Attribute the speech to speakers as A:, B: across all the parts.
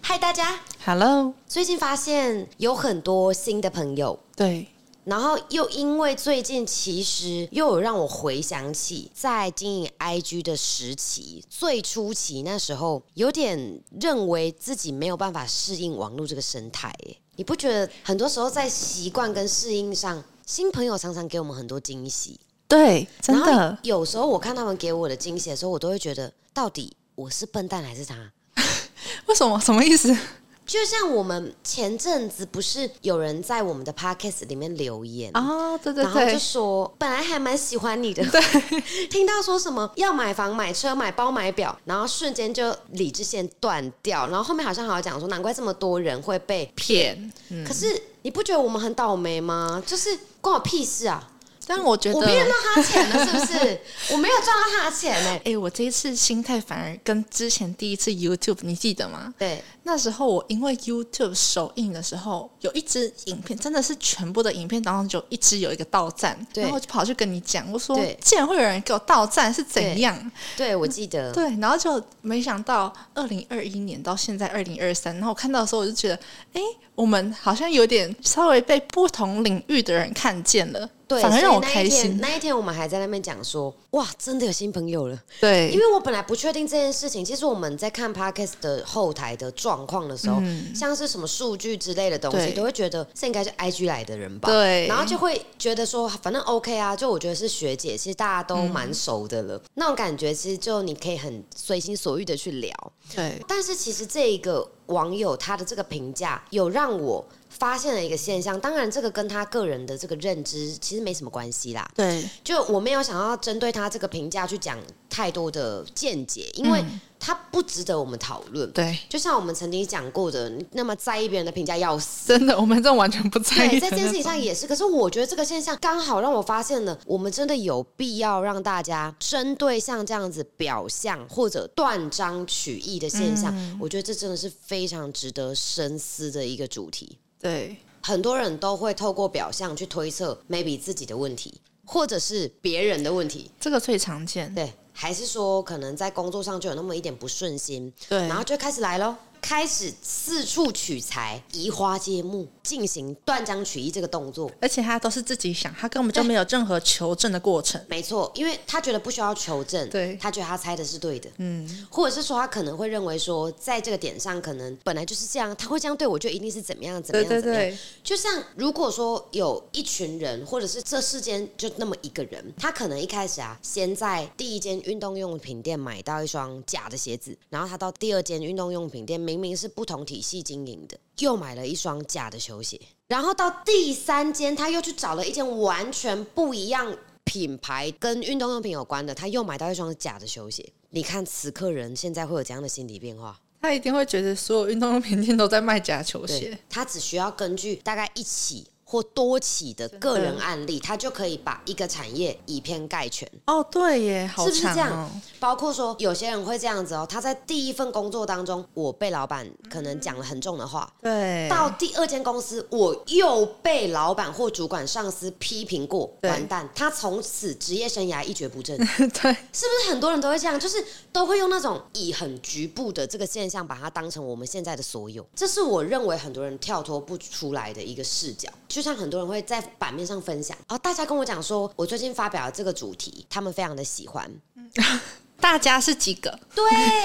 A: 嗨，大家！
B: Hello，
A: 最近发现有很多新的朋友，
B: 对，
A: 然后又因为最近其实又有让我回想起在经营 IG 的时期，最初期那时候有点认为自己没有办法适应网络这个生态，耶你不觉得很多时候在习惯跟适应上，新朋友常常给我们很多惊喜，
B: 对，真
A: 然后
B: 的，
A: 有时候我看他们给我的惊喜的时候，我都会觉得到底我是笨蛋还是他？
B: 为什么？什么意思？
A: 就像我们前阵子不是有人在我们的 podcast 里面留言。
B: 哦，对对
A: 然后就说，本来还蛮喜欢你的， 听到说什么要买房、买车、买包、买表，然后瞬间就理智线断掉，然后后面好像还有讲说，难怪这么多人会被
B: 骗。
A: 可是你不觉得我们很倒霉吗？就是关我屁事啊！
B: 但我觉得，
A: 我骗啊到他钱了，是不 是？我没有赚到他的钱欸呢、
B: 哎、我这一次心态反而跟之前第一次 YouTube，你记得吗？
A: 对，
B: 那时候我因为 YouTube 首映的时候，有一支影片，真的是全部的影片当中就一支有一个到站，
A: 对
B: 然后我就跑去跟你讲，我说
A: 对
B: 竟然会有人给我到站是怎样？
A: 对我记得，
B: 对，然后就没想到二零二一年到现在二零二三，然后我看到的时候我就觉得，哎，我们好像有点稍微被不同领域的人看见了，
A: 对，
B: 反而让我
A: 所以那
B: 开
A: 一天
B: 心。
A: 那一天我们还在那边讲说，哇，真的有新朋友了。
B: 对，
A: 因为我本来不确定这件事情，其实我们在看 podcast 的后台的状况的时候，像是什么数据之类的东西，
B: 嗯对
A: 都会觉得这应该是 IG 来的人吧，
B: 对
A: 然后就会觉得说，反正 OK 啊，就我觉得是学姐，其实大家都蛮
B: 嗯
A: 熟的了，那种感觉其实就你可以很随心所欲的去聊，
B: 对
A: 但是其实这一个网友他的这个评价有让我发现了一个现象，当然这个跟他个人的这个认知其实没什么关系啦，
B: 对
A: 就我没有想要针对他这个评价去讲太多的见解，因为他不值得我们讨论。
B: 对，
A: 就像我们曾经讲过的，那么在意别人的评价要死。
B: 真的，我们这完全不在
A: 对，
B: 意。
A: 在这件事情上，也是。可是我觉得这个现象刚好让我发现了，我们真的有必要让大家针对像这样子表象或者断章取义的现象，我觉得这真的是非常值得深思的一个主题。
B: 对
A: 很多人都会透过表象去推测 maybe 自己的问题，或者是别人的问题。
B: 这个最常见。
A: 对，还是说可能在工作上就有那么一点不顺心，
B: 对
A: 然后就开始来咯，开始四处取材，移花接木，进行断章取义这个动作。
B: 而且他都是自己想，他根本就没有任何求证的过程。
A: 没错，因为他觉得不需要求证，
B: 对
A: 他觉得他猜的是对的，嗯，或者是说他可能会认为说，在这个点上可能本来就是这样，他会这样对我，就一定是怎么样怎么样怎么样。，就像如果说有一群人，或者是这世间就那么一个人，他可能一开始啊，先在第一间运动用品店买到一双假的鞋子，然后他到第二间运动用品店，明明是不同体系经营的，又买了一双假的球鞋，然后到第三间他又去找了一间完全不一样。品牌跟运动用品有关的，他又买到一双假的球鞋。你看此刻人现在会有怎样的心理变化？
B: 他一定会觉得所有运动用品店都在卖假球
A: 对
B: 鞋。，
A: 他只需要根据大概一起或多起的个人案例，他就可以把一个产业以偏概全，
B: 哦，对耶，
A: 是
B: 好
A: 不是
B: 长
A: 这样
B: 哦。？
A: 包括说有些人会这样子哦，他在第一份工作当中，我被老板可能讲了很重的话。
B: 对，
A: 到第二间公司，我又被老板或主管、上司批评过，
B: 对
A: 完蛋，他从此职业生涯一蹶不振。
B: 对
A: 是不是很多人都会这样？就是都会用那种以很局部的这个现象，把它当成我们现在的所有。这是我认为很多人跳脱不出来的一个视角。就像很多人会在版面上分享，哦，大家跟我讲说，我最近发表了这个主题，他们非常的喜欢。
B: 大家是几个？
A: 对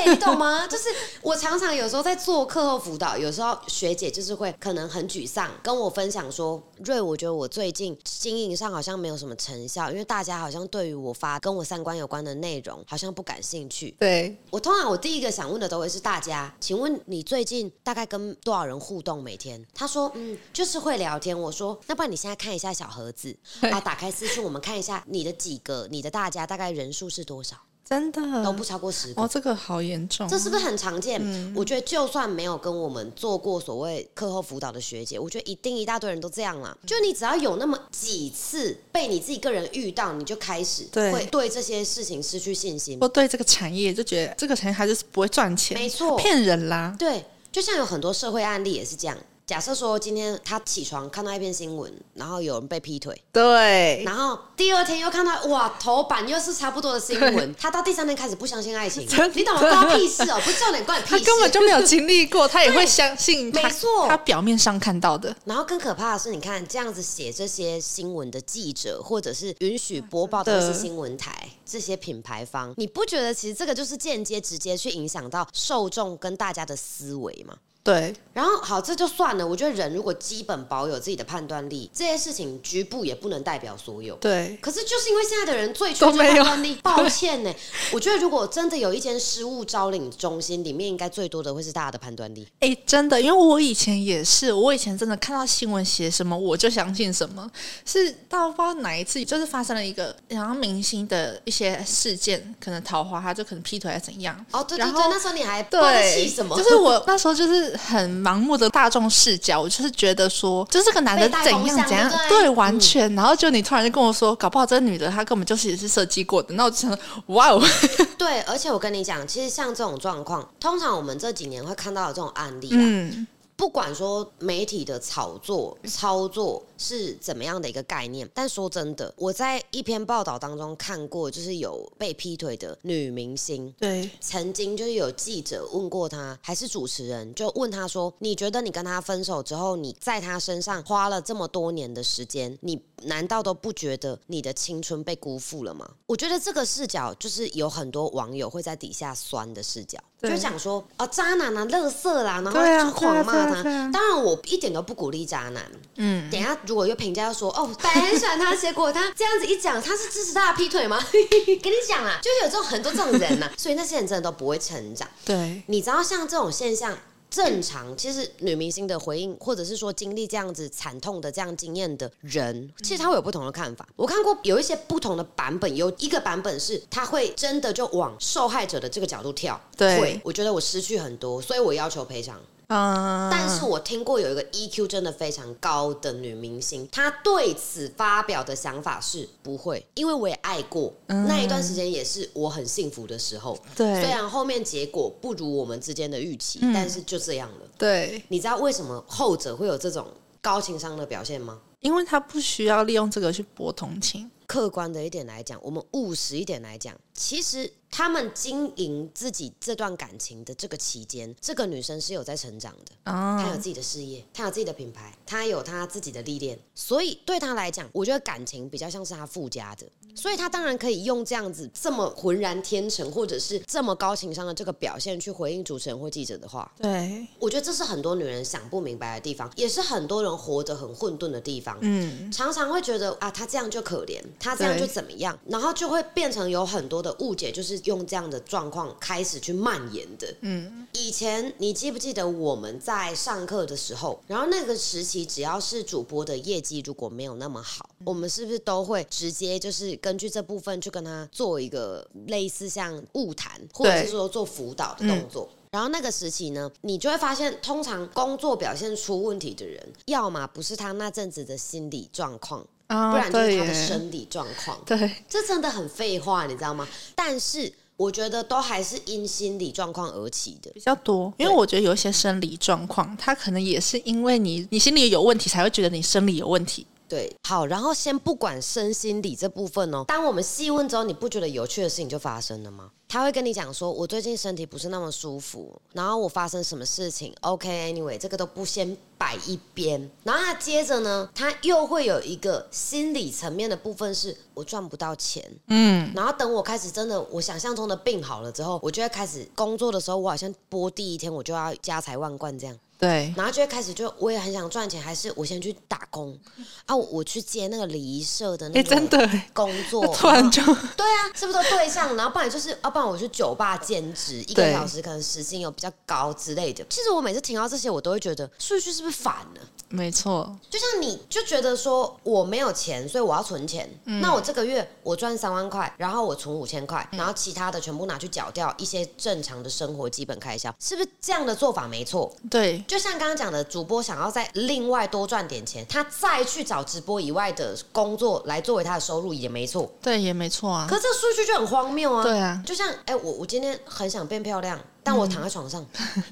A: 你懂吗？ 就是我常常有时候在做课后辅导，有时候学姐就是会可能很沮丧，跟我分享说：“瑞，我觉得我最近经营上好像没有什么成效，因为大家好像对于我发跟我三观有关的内容好像不感兴趣。”
B: 对，
A: 我通常我第一个想问的都会是大家，请问你最近大概跟多少人互动？每天？他说，嗯，就是会聊天。我说，那不然你现在看一下小盒 子
B: 对
A: 啊，打开私讯，我们看一下你的几个，你的大家大概人数是多少？
B: 真的
A: 都不超过十个
B: 哦，。嗯这个好严重。
A: 这是不是很常见？我觉得就算没有跟我们做过所谓课后辅导的学姐，我觉得一定一大堆人都这样啦。
B: 嗯
A: 就你只要有那么几次被你自己个人遇到，你就开始
B: 对
A: 会对这些事情失去信心。
B: 我对这个产业就觉得这个产业它就是不会赚钱，
A: 没错
B: 骗人啦。
A: 对，就像有很多社会案例也是这样。假设说今天他起床看到一篇新闻，然后有人被劈腿，
C: 对，
A: 然后第二天又看到哇头版又是差不多的新闻，他到第三天开始不相信爱情
C: 真，的
A: 你懂吗？关他屁事哦、 不是重点，关你屁
C: 他
A: 事。
C: 根本就没有经历过，他也会相信他，
A: 没错
B: 他表面上看到的，
A: 然后更可怕的是，你看这样子写这些新闻的记者，或者是允许播报
C: 真的
A: 的是新闻台这些品牌方，你不觉得其实这个就是间接直接去影响到受众跟大家的思维吗？
C: 对，
A: 然后好，这就算了。我觉得人如果基本保有自己的判断力，这些事情局部也不能代表所有。
C: 对，
A: 可是就是因为现在的人最缺
C: 都没有
A: 判断力，抱歉呢。 我觉得如果真的有一间失物招领中心，里面应该最多的会是大家的判断力。
B: 哎，真的，因为我以前也是，我以前真的看到新闻写什么我就相信什么，是到不知道哪一次，就是发生了一个然后明星的一些事件，可能桃花他就可能劈腿还是怎样，
A: 哦，对对
B: 然
A: 对，
B: 后
A: 那时候你还不知道在
B: 对，
A: 气什么？
B: 就是我那时候就是很盲目的大众视角，我就是觉得说，就是这个男的
A: 被带
B: 怎
A: 风
B: 样
A: 向
B: 怎样
A: 对，不对
B: 对，完全。然后就你突然就跟我说，搞不好这个女的她根本就是也是设计过的。那我就想说，哇哦，
A: 对，而且我跟你讲，其实像这种状况，通常我们这几年会看到的这种案例啊，
B: 嗯，
A: 不管说媒体的炒作、操作是怎么样的一个概念，但说真的，我在一篇报道当中看过，就是有被劈腿的女明星。
B: 对，
A: 曾经就是有记者问过她，还是主持人就问她说：“你觉得你跟他分手之后，你在他身上花了这么多年的时间，你难道都不觉得你的青春被辜负了吗？”我觉得这个视角就是有很多网友会在底下酸的视角，
C: 对
A: 就讲说：“啊，渣男啊，垃圾啦，然后
C: 对啊
A: 就狂骂
C: 对啊
A: 他。
C: 对啊对啊
A: 当然，我一点都不鼓励渣男。
B: 嗯，
A: 等一下如果有评价又说哦，本来很喜欢他，结果他这样子一讲，他是支持他的劈腿吗？跟你讲啊，就是有这种很多这种人呐、啊所以那些人真的都不会成长。
B: 对，
A: 你知道像这种现象。正常，其实女明星的回应，或者是说经历这样子惨痛的这样经验的人，其实他会有不同的看法。我看过有一些不同的版本，有一个版本是他会真的就往受害者的这个角度跳，
B: 对
A: 会我觉得我失去很多，所以我要求赔偿。
B: 嗯，
A: 但是我听过有一个 EQ 真的非常高的女明星，她对此发表的想法是不会，因为我也爱过，那一段时间也是我很幸福的时候。虽
B: 嗯对，嗯
A: 然后面结果不如我们之间的预期，但是就这样了。
B: 对，
A: 你知道为什么后者会有这种高情商的表现吗？
B: 因为他不需要利用这个去博同情，
A: 客观的一点来讲，我们务实一点来讲，其实他们经营自己这段感情的这个期间，这个女生是有在成长的。
B: 啊
A: 她有自己的事业，她有自己的品牌，她有她自己的历练，所以对她来讲，我觉得感情比较像是她附加的，所以她当然可以用这样子这么浑然天成，或者是这么高情商的这个表现去回应主持人或记者的话。
B: 对，
A: 我觉得这是很多女人想不明白的地方，也是很多人活得很混沌的地方。
B: 嗯，
A: 常常会觉得啊，他这样就可怜，他这样就怎么样，然后就会变成有很多的误解，就是用这样的状况开始去蔓延的。嗯，以前你记不记得我们在上课的时候，然后那个时期只要是主播的业绩如果没有那么好，我们是不是都会直接就是根据这部分去跟他做一个类似像物谈，或者是说做辅导的动
B: 嗯
A: 作？然后那个时期呢，你就会发现，通常工作表现出问题的人，要么不是他那阵子的心理状况，
B: 啊
A: 不然就是他
B: 对
A: 的
B: 耶
A: 生理状况。
B: 对，
A: 这真的很废话，你知道吗？但是我觉得都还是因心理状况而起的。
B: 比较多，因为
A: 对
B: 我觉得有一些生理状况，他可能也是因为你你心里有问题，才会觉得你生理有问题。
A: 对，好，然后先不管身心理这部分哦。当我们细问之后，你不觉得有趣的事情就发生了吗？他会跟你讲说，我最近身体不是那么舒服，然后我发生什么事情？OK，anyway，、这个都不先摆一边。然后他接着呢，他又会有一个心理层面的部分是，我赚不到钱。
B: 嗯，
A: 然后等我开始真的我想象中的病好了之后，我就会开始工作的时候，我好像播第一天我就要家财万贯这样。
B: 对，
A: 然后就会开始就我也很想赚钱，还是我先去打工啊？我我去接那个礼仪社的那
B: 哎，真
A: 个
B: 的耶，
A: 工作，
B: 突然就
A: 对啊，是不是都对上？然后不然就是，要、不然我去酒吧兼职，一个
B: 对
A: 小时可能时薪有比较高之类的。其实我每次听到这些，我都会觉得数据是不是反了？
B: 没错，
A: 就像你就觉得说我没有钱，所以我要存钱。
B: 嗯
A: 那我这个月我赚三万块，然后我存五千块，然后其他的全部拿去缴掉一些正常的生活基本开销，是不是这样的做法没错？
B: 对，
A: 就像刚刚讲的，主播想要再另外多赚点钱，他再去找直播以外的工作来作为他的收入也没错。
B: 对，也没错啊
A: 可。是这个数据就很荒谬啊！
B: 对啊
A: 就像哎、我我今天很想变漂亮，但我躺在床上，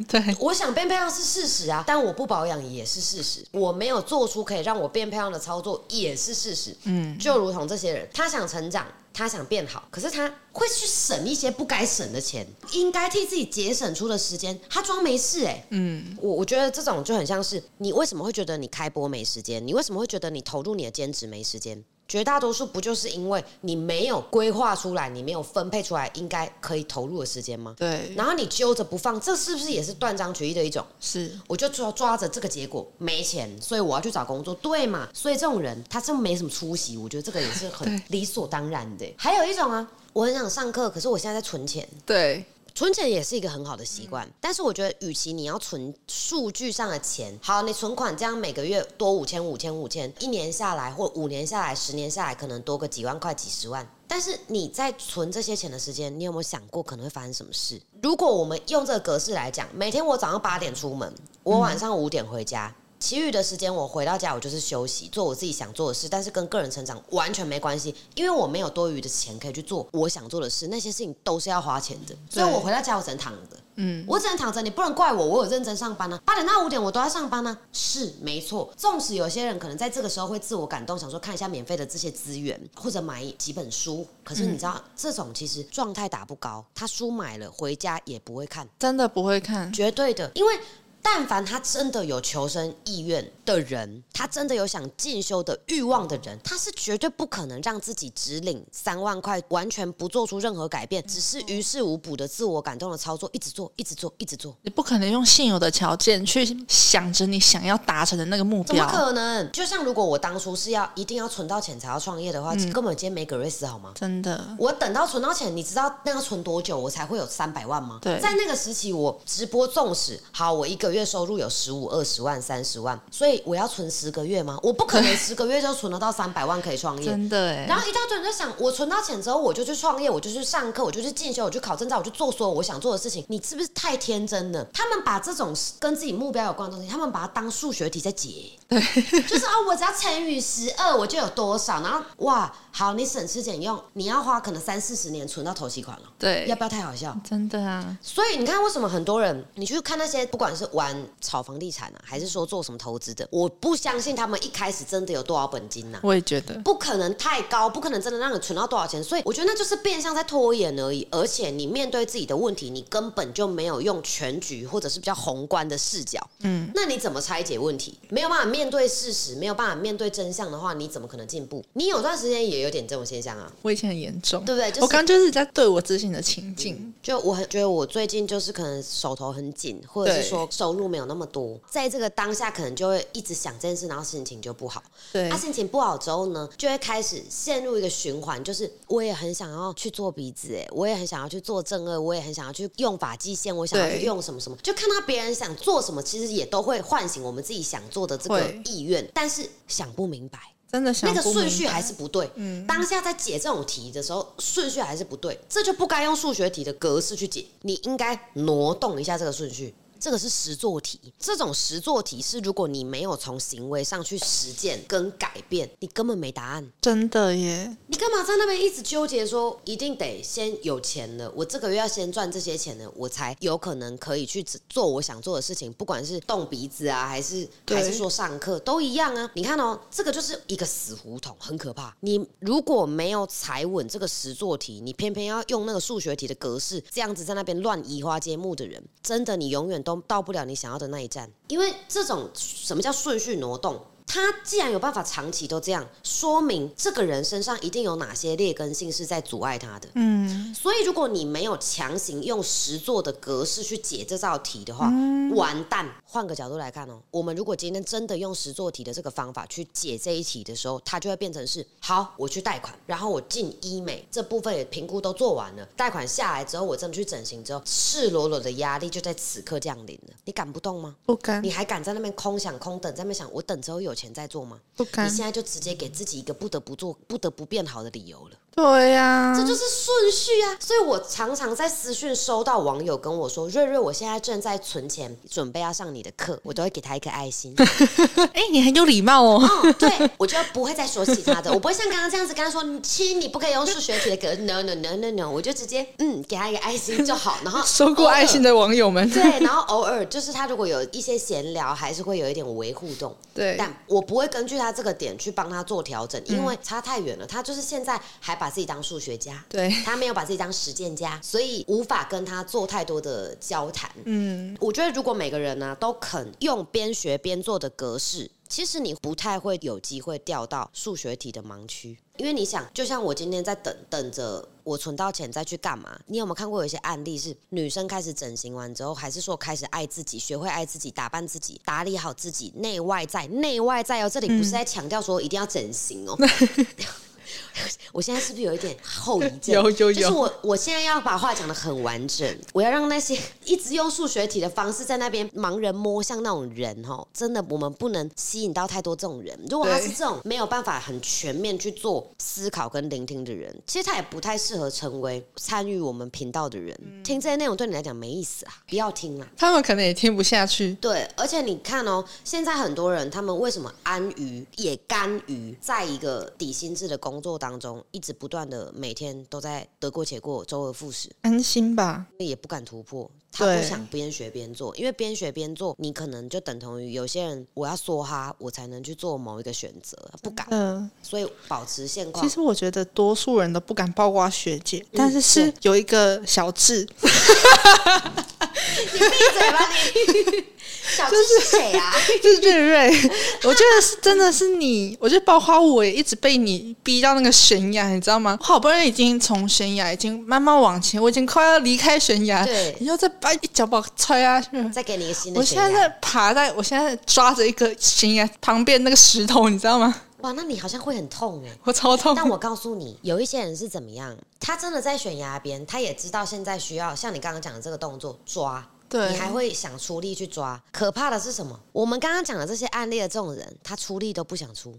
B: 对，
A: 我想变漂亮是事实啊，但我不保养也是事实，我没有做出可以让我变漂亮的操作也是事实。嗯，就如同这些人，他想成长，他想变好，可是他会去省一些不该省的钱，应该替自己节省出的时间，他装没事哎、嗯，我我觉得这种就很像是你为什么会觉得你开播没时间？你为什么会觉得你投入你的兼职没时间？绝大多数不就是因为你没有规划出来，你没有分配出来应该可以投入的时间吗？
B: 对，
A: 然后你揪着不放，这是不是也是断章取义的一种？
B: 是
A: 我就抓抓着这个结果，没钱，所以我要去找工作，对嘛？所以这种人他真没什么出息，我觉得这个也是很理所当然的。还有一种啊，我很想上课，可是我现在在存钱，
B: 对，
A: 存钱也是一个很好的习惯，但是我觉得，与其你要存数据上的钱，好，你存款这样每个月多五千、五千、五千，一年下来或五年下来、十年下来，可能多个几万块、几十万。但是你在存这些钱的时间，你有没有想过可能会发生什么事？如果我们用这个格式来讲，每天我早上八点出门，我晚上五点回家。其余的时间我回到家，我就是休息，做我自己想做的事，但是跟个人成长完全没关系，因为我没有多余的钱可以去做我想做的事，那些事情都是要花钱的，所以我回到家我只能躺着，嗯，我只能躺着，你不能怪我，我有认真上班啊，八点到五点我都在上班啊，是没错。纵使有些人可能在这个时候会自我感动，想说看一下免费的这些资源，或者买几本书，可是你知道、这种其实状态打不高，他书买了回家也不会看，
B: 真的不会看，
A: 绝对的，因为但凡他真的有求生意愿的人，他真的有想进修的欲望的人，他是绝对不可能让自己只领三万块，完全不做出任何改变，只是于事无补的自我感动的操作，一直做，一直做，一直做，
B: 你不可能用现有的条件去想着你想要达成的那个目
A: 怎么
B: 标，
A: 可能？就像如果我当初是要一定要存到钱才要创业的话，根本今天没格瑞斯好吗？
B: 真的，
A: 我等到存到钱，你知道那要存多久我才会有三百万吗？
B: 对
A: 在那个时期，我直播纵使好，我一个月收入有十五、二十万、三十万，所以我要存十个月吗？我不可能十个月就存得到三百万可以创业。
B: 真的哎
A: 然，后一大堆人在想，我存到钱之后，我就去创业，我就去上课，我就去进修，我去考证照，我去做所有我想做的事情。你是不是太天真了？他们把这种跟自己目标有关的东西，他们把它当数学题在解。 就是啊，我只要乘以十二，我就有多少。然后哇，好，你省吃俭用，你要花可能三四十年存到头期款了。
B: 对
A: 要，不要太好笑？
B: 真的啊，
A: 所以你看，为什么很多人，你去看那些不管是玩炒房地产啊，还是说做什么投资的，我不相信他们一开始真的有多少本金呐、啊
B: 我也觉得，
A: 不可能太高，不可能真的让你存到多少钱，所以我觉得那就是变相在拖延而已。而且你面对自己的问题，你根本就没有用全局或者是比较宏观的视角，嗯，那你怎么拆解问题？没有办法面对事实，没有办法面对真相的话，你怎么可能进步？你有段时间也有点这种现象啊，
B: 我以前很严重，
A: 对不对就是
B: 我刚就是在对我自信的情境，
A: 就我很觉得我最近就是可能手头很紧，或者是
B: 对
A: 说收入没有那么多，在这个当下可能就会一直想这件事，然后心情就不好。
B: 对
A: 他、心情不好之后呢，就会开始陷入一个循环，就是我也很想要去做鼻子，哎，我也很想要去做正颚，我也很想要去用发际线，我想要去
B: 对
A: 用什么什么，就看到别人想做什么，其实也都会唤醒我们自己想做的这个
B: 会
A: 意愿，但是想不明白。嗯
B: 真的想
A: 那个
B: 不
A: 顺
B: 明
A: 序
B: 白
A: 还是不对。当下在解这种题的时候，顺序还是不对，这就不该用数学题的格式去解，你应该挪动一下这个顺序。这个是实作题，这种实作题是如果你没有从行为上去实践跟改变，你根本没答案。
B: 真的耶，
A: 你干嘛在那边一直纠结说一定得先有钱了，我这个月要先赚这些钱了，我才有可能可以去只做我想做的事情，不管是动鼻子啊，还是
B: 对
A: 还是说上课都一样啊。你看哦，这个就是一个死胡同，很可怕。你如果没有踩稳这个实作题，你偏偏要用那个数学题的格式，这样子在那边乱移花接木的人，真的你永远都到不了你想要的那一站，因为这种什么叫顺序挪动？他既然有办法长期都这样，说明这个人身上一定有哪些劣根性是在阻碍他的。
B: 嗯，
A: 所以，如果你没有强行用实作的格式去解这道题的话，完蛋。换个角度来看哦，我们如果今天真的用实作题的这个方法去解这一题的时候，它就会变成是：好，我去贷款，然后我进医美这部分也评估都做完了，贷款下来之后，我真的去整形之后，赤裸裸的压力就在此刻降临了。你敢不动吗？
B: 不甘
A: 你还敢在那边空想空等，在那边想我等之后有前再做吗？
B: 不
A: 你
B: 敢，
A: 现在就直接给自己一个不得不做、不得不变好的理由了。
B: 对呀、
A: 这就是顺序啊。所以我常常在私讯收到网友跟我说：“瑞瑞，我现在正在存钱，准备要上你的课。”我都会给他一颗爱 心。
B: 哎、你很有礼貌 哦。
A: 哦，对，我就不会再说其他的，我不会像刚刚这样子跟他说：“你亲，你不可以用数学题的格。”No no no no no，我就直接嗯给他一个爱心就好。然后
B: 收过爱心
A: 的。
B: 的网友 们，
A: 对，然后偶尔就是他如果有一些闲聊，还是会有一点微互动。
B: 对嗯
A: 但我不会根据他这个点去帮他做调整，因为差太远了。他就是现在还把自己当数学家，
B: 对
A: 他没有把自己当实践家，所以无法跟他做太多的交谈。嗯，我觉得如果每个人呢、都肯用边学边做的格式。其实你不太会有机会掉到数学题的盲区，因为你想，就像我今天在等等着我存到钱再去干嘛？你有没有看过有一些案例是女生开始整形完之后，还是说开始爱自己，学会爱自己，打扮自己，打理好自己内外在，内外在哦，这里不是在强调说一定要整形哦， 我现在是不是有一点后遗症？
B: 嗯 有有有
A: 就是我我现在要把话讲的很完整，我要让那些一直用数学题的方式在那边盲人摸象那种人哦，真的我们不能吸引到太多这种人。如果他是
B: 对
A: 这种没有办法很全面去做思考跟聆听的人，其实他也不太适合成为参与我们频道的人。听这些内容对你来讲没意思啊，不要听啊。
B: 他们可能也听不下去。
A: 对，而且你看哦，现在很多人他们为什么安于也甘于在一个底薪制的工作当中，一直不断的每天都在得过且过，周而复始，
B: 安心吧，
A: 也不敢突破。他不
B: 对
A: 想边学边做，因为边学边做，你可能就等同于有些人，我要梭哈，我才能去做某一个选择，不敢，
B: 嗯、
A: 所以保持现况
B: 其。实我觉得多数人都不敢包括学姐，
A: 嗯
B: 但是是有一个小智，
A: 你闭嘴吧 你！小智是谁啊？
B: 就是瑞瑞， 我觉得是真的是你，我觉得包括我也一直被你逼到那个悬崖，你知道吗？我好不容易已经从悬崖已经慢慢往前，我已经快要离开悬崖，
A: 对
B: 你又再把一脚把我踹下去。
A: 再给你一个新的
B: 我
A: 选
B: 现在在爬在，我现在抓着一个悬崖旁边那个石头，你知道吗？
A: 哇，那你好像会很痛哎、
B: 我超痛。
A: 但我告诉你，有一些人是怎么样，他真的在悬崖边，他也知道现在需要像你刚刚讲的这个动作抓。
B: 对
A: 你还会想出力去抓，可怕的是什么？我们刚刚讲的这些案例的这种人，他出力都不想出。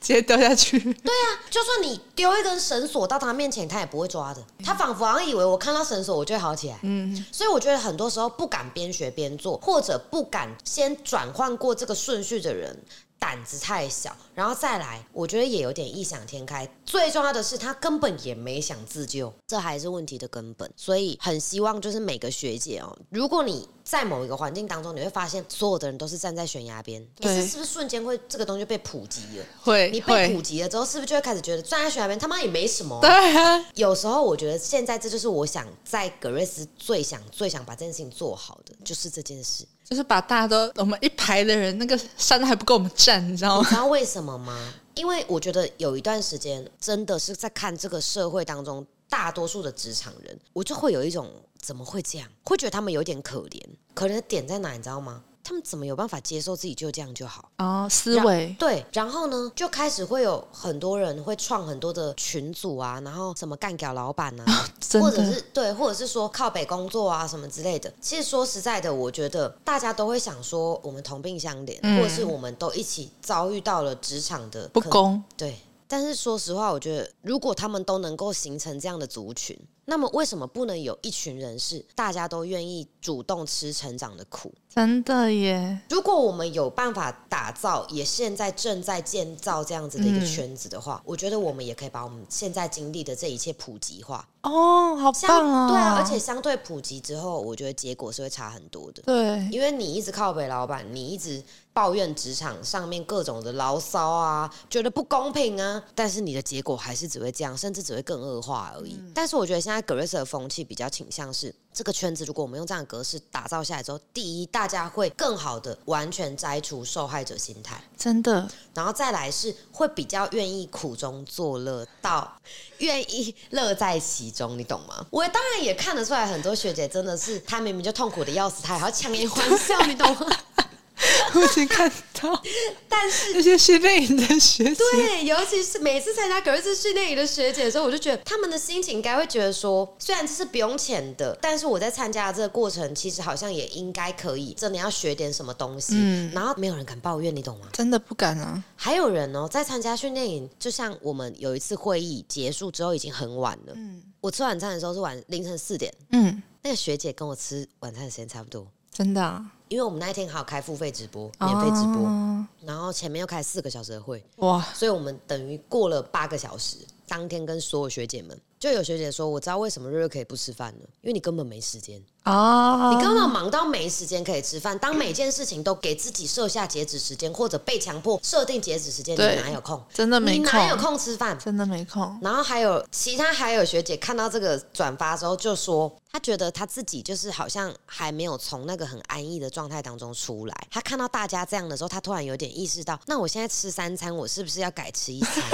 B: 直接掉下去。
A: 对啊，就算你丢一根绳索到他面前，他也不会抓的。他仿佛好像以为我看到绳索我就会好起来。嗯，所以我觉得很多时候不敢边学边做，或者不敢先转换过这个顺序的人。胆子太小，然后再来，我觉得也有点异想天开。最重要的是，他根本也没想自救，这还是问题的根本。所以，很希望就是每个学姐哦，如果你在某一个环境当中，你会发现所有的人都是站在悬崖边，可是
B: 对
A: 是不是瞬间会这个东西被普及了？
B: 会
A: 你被普
B: 会，
A: 及了之后，是不是就会开始觉得站在悬崖边他妈也没什么？
B: 对啊，
A: 有时候我觉得现在这就是我想在格瑞斯最想最想把这件事情做好的，就是这件事。
B: 就是把大家都我们一排的人，那个山还不够我们站，你知道
A: 你
B: 吗？
A: 知道为什么吗？因为我觉得有一段时间真的是在看这个社会当中大多数的职场人，我就会有一种怎么会这样，会觉得他们有点可怜。可怜的点在哪，你知道吗？他们怎么有办法接受自己就这样就好？
B: 哦，思
A: 然
B: 维
A: 对，然后呢，就开始会有很多人会创很多的群组啊，然后什么干掉老板啊，
B: 真
A: 或者
B: 的
A: 是对，或者是说靠北工作啊什么之类的。其实说实在的，我觉得大家都会想说，我们同病相怜，
B: 嗯
A: 或者是我们都一起遭遇到了职场的
B: 不
A: 可能。
B: 公，
A: 对，但是说实话，我觉得如果他们都能够形成这样的族群，那么为什么不能有一群人是大家都愿意主动吃成长的苦？
B: 真的耶，
A: 如果我们有办法打造，也现在正在建造这样子的一
B: 嗯
A: 个圈子的话，我觉得我们也可以把我们现在经历的这一切普及化。
B: 哦，好
A: 相
B: 棒哦，
A: 对啊，而且相对普及之后，我觉得结果是会差很多的。
B: 对
A: 因为你一直靠北老板，你一直抱怨职场上面各种的牢骚啊，觉得不公平啊，但是你的结果还是只会这样，甚至只会更恶化而已。
B: 嗯
A: 但是我觉得现在 Grace 的风气比较倾向是，这个圈子如果我们用这样的格式打造下来之后，第一，大家会更好的完全摘除受害者心态。
B: 真 的
A: 然后再来是会比较愿意苦中作乐，到愿意乐在其中，你懂吗？我当然也看得出来，很多学姐真的是她明明就痛苦的要死，她还要强颜欢笑，你懂吗？
C: 我已经看 到
A: 但是
C: 那些训练营的学姐，
A: 对，尤其是每次参加格瑞斯训练营的学姐的时候，我就觉得他们的心情应该会觉得说，虽然这是不用钱的，但是我在参加的这个过程，其实好像也应该可以，真的要学点什么东西。然后没有人敢抱怨，你懂吗？
B: 真的不敢啊。
A: 还有人哦，在参加训练营，就像我们有一次会议结束之后已经很晚了，我吃晚餐的时候是晚凌晨四点，
B: 嗯，
A: 那个学姐跟我吃晚餐的时间差不多。
B: 真的、啊，
A: 因为我们那一天还有开付费直播、免费直播，
B: 哦
A: 然后前面又开四个小时的会，
B: 哇，
A: 所以我们等于过了八个小时。当天跟所有学姐们，就有学姐说，我知道为什么瑞瑞可以不吃饭了，因为你根本没时间，
B: 哦，
A: 你根本忙到没时间可以吃饭。当每件事情都给自己设下截止时间，或者被强迫设定截止时间，你
B: 对
A: 哪有空？
B: 真的没
A: 你
B: 空，
A: 哪有空吃饭？
B: 真的没空，
A: 然后还有其他还有学姐看到这个转发之后就说，她觉得她自己就是好像还没有从那个很安逸的状态当中出来。她看到大家这样的时候，她突然有点意识到，那我现在吃三餐，我是不是要改吃一餐？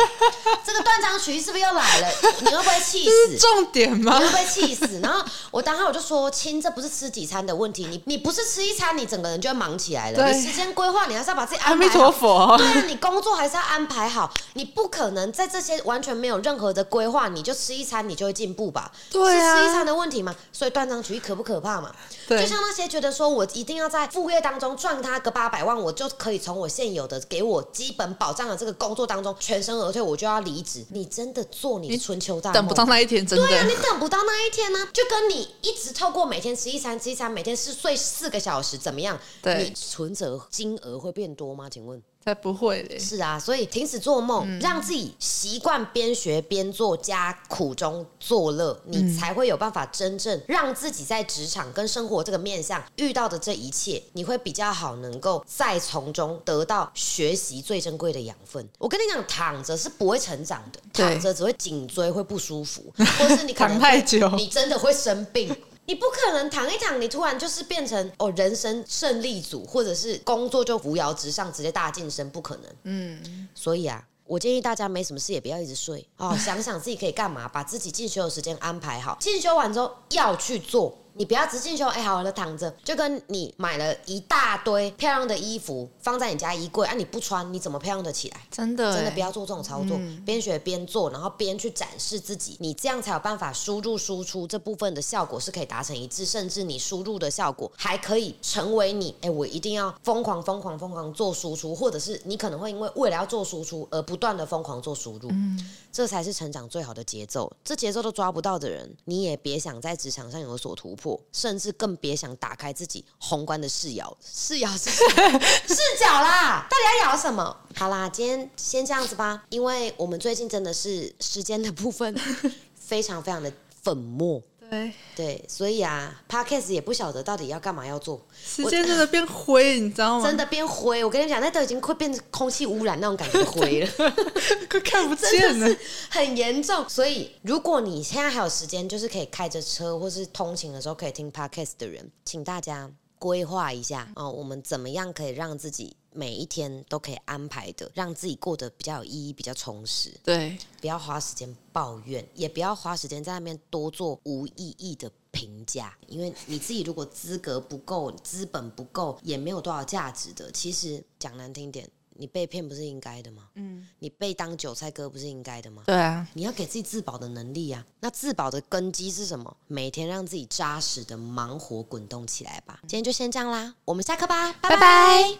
A: 这个断章取义是不是又来了？你会不会气
B: 这是
A: 死？
B: 重点吗
A: 你？会不会气死？然后我当时我就说，亲，这不是吃几餐的问题，你你不是吃一餐，你整个人就会忙起来了。
B: 对
A: 你时间规划，你还是要把自己
B: 阿
A: 安排
B: 弥
A: 好。
B: 陀佛，
A: 对啊，你工作还是要安排好，你不可能在这些完全没有任何的规划，你就吃一餐你就会进步吧？
B: 对啊
A: 是吃一餐的问题嘛？所以断章取义可不可怕嘛？
B: 对
A: 就像那些觉得说我一定要在副业当中赚他个八百万，我就可以从我现有的给我基本保障的这个工作当中全身而退，我就要离职。你真的做你春秋大梦
B: 等不到那一天，真的。
A: 对啊，你等不到那一天呢、就跟你一直透过每天吃一餐、吃一餐，每天是睡四个小时，怎么样？
B: 对
A: 你存折金额会变多吗？请问？
B: 才不会嘞！
A: 是啊，所以停止做梦，让自己习惯边学边做，加苦中作乐，你才会有办法真正让自己在职场跟生活这个面向遇到的这一切，你会比较好，能够再从中得到学习最珍贵的养分。我跟你讲，躺着是不会成长的，
B: 对
A: 躺着只会颈椎会不舒服，或是你可 能
B: 躺太久
A: 你真的会生病。你不可能躺一躺，你突然就是变成哦人生胜利组，或者是工作就扶摇直上，直接大晋升，不可能。所以啊，我建议大家没什么事也不要一直睡哦，想想自己可以干嘛，把自己进修的时间安排好。进修完之后要去做，你不要只进修，哎、好了躺着，就跟你买了一大堆漂亮的衣服放在你家衣柜，啊，你不穿你怎么漂亮的起来？
B: 真的
A: 真的
B: 欸嗯
A: 不要做这种操作，边、学边做，然后边去展示自己，你这样才有办法输入输出这部分的效果是可以达成一致，甚至你输入的效果还可以成为你，哎、我一定要疯狂疯狂疯狂做输出，或者是你可能会因为为了要做输出而不断的疯狂做输入，
B: 嗯
A: 这才是成长最好的节奏。这节奏都抓不到的人，你也别想在职场上有所突破，甚至更别想打开自己宏观的视野。视野是什么视角啦，到底要聊什么？ 好啦，今天先这样子吧，因为我们最近真的是时间的部 分非常非常的粉末。
B: 对，
A: 对，所以啊，podcast 也不晓得到底要干嘛要做，
B: 时间真的变灰，你知道吗？
A: 真的变灰。我跟你讲，那都已经快变成空气污染那种感觉的灰了。
B: 快看不见了。
A: 很严重。所以，如果你现在还有时间，就是可以开着车或是通勤的时候可以听 podcast 的人，请大家规划一下哦，我们怎么样可以让自己每一天都可以安排的，让自己过得比较有意义、比较充实。
B: 对，
A: 不要花时间抱怨，也不要花时间在那边多做无意义的评价，因为你自己如果资格不够、资本不够，也没有多少价值的。其实讲难听点，你被骗不是应该的吗？嗯，你被当韭菜割不是应该的吗？
B: 对啊，
A: 你要给自己自保的能力啊。那自保的根基是什么？每天让自己扎实的忙活滚动起来吧。今天就先这样啦，我们下课吧，拜
B: 拜拜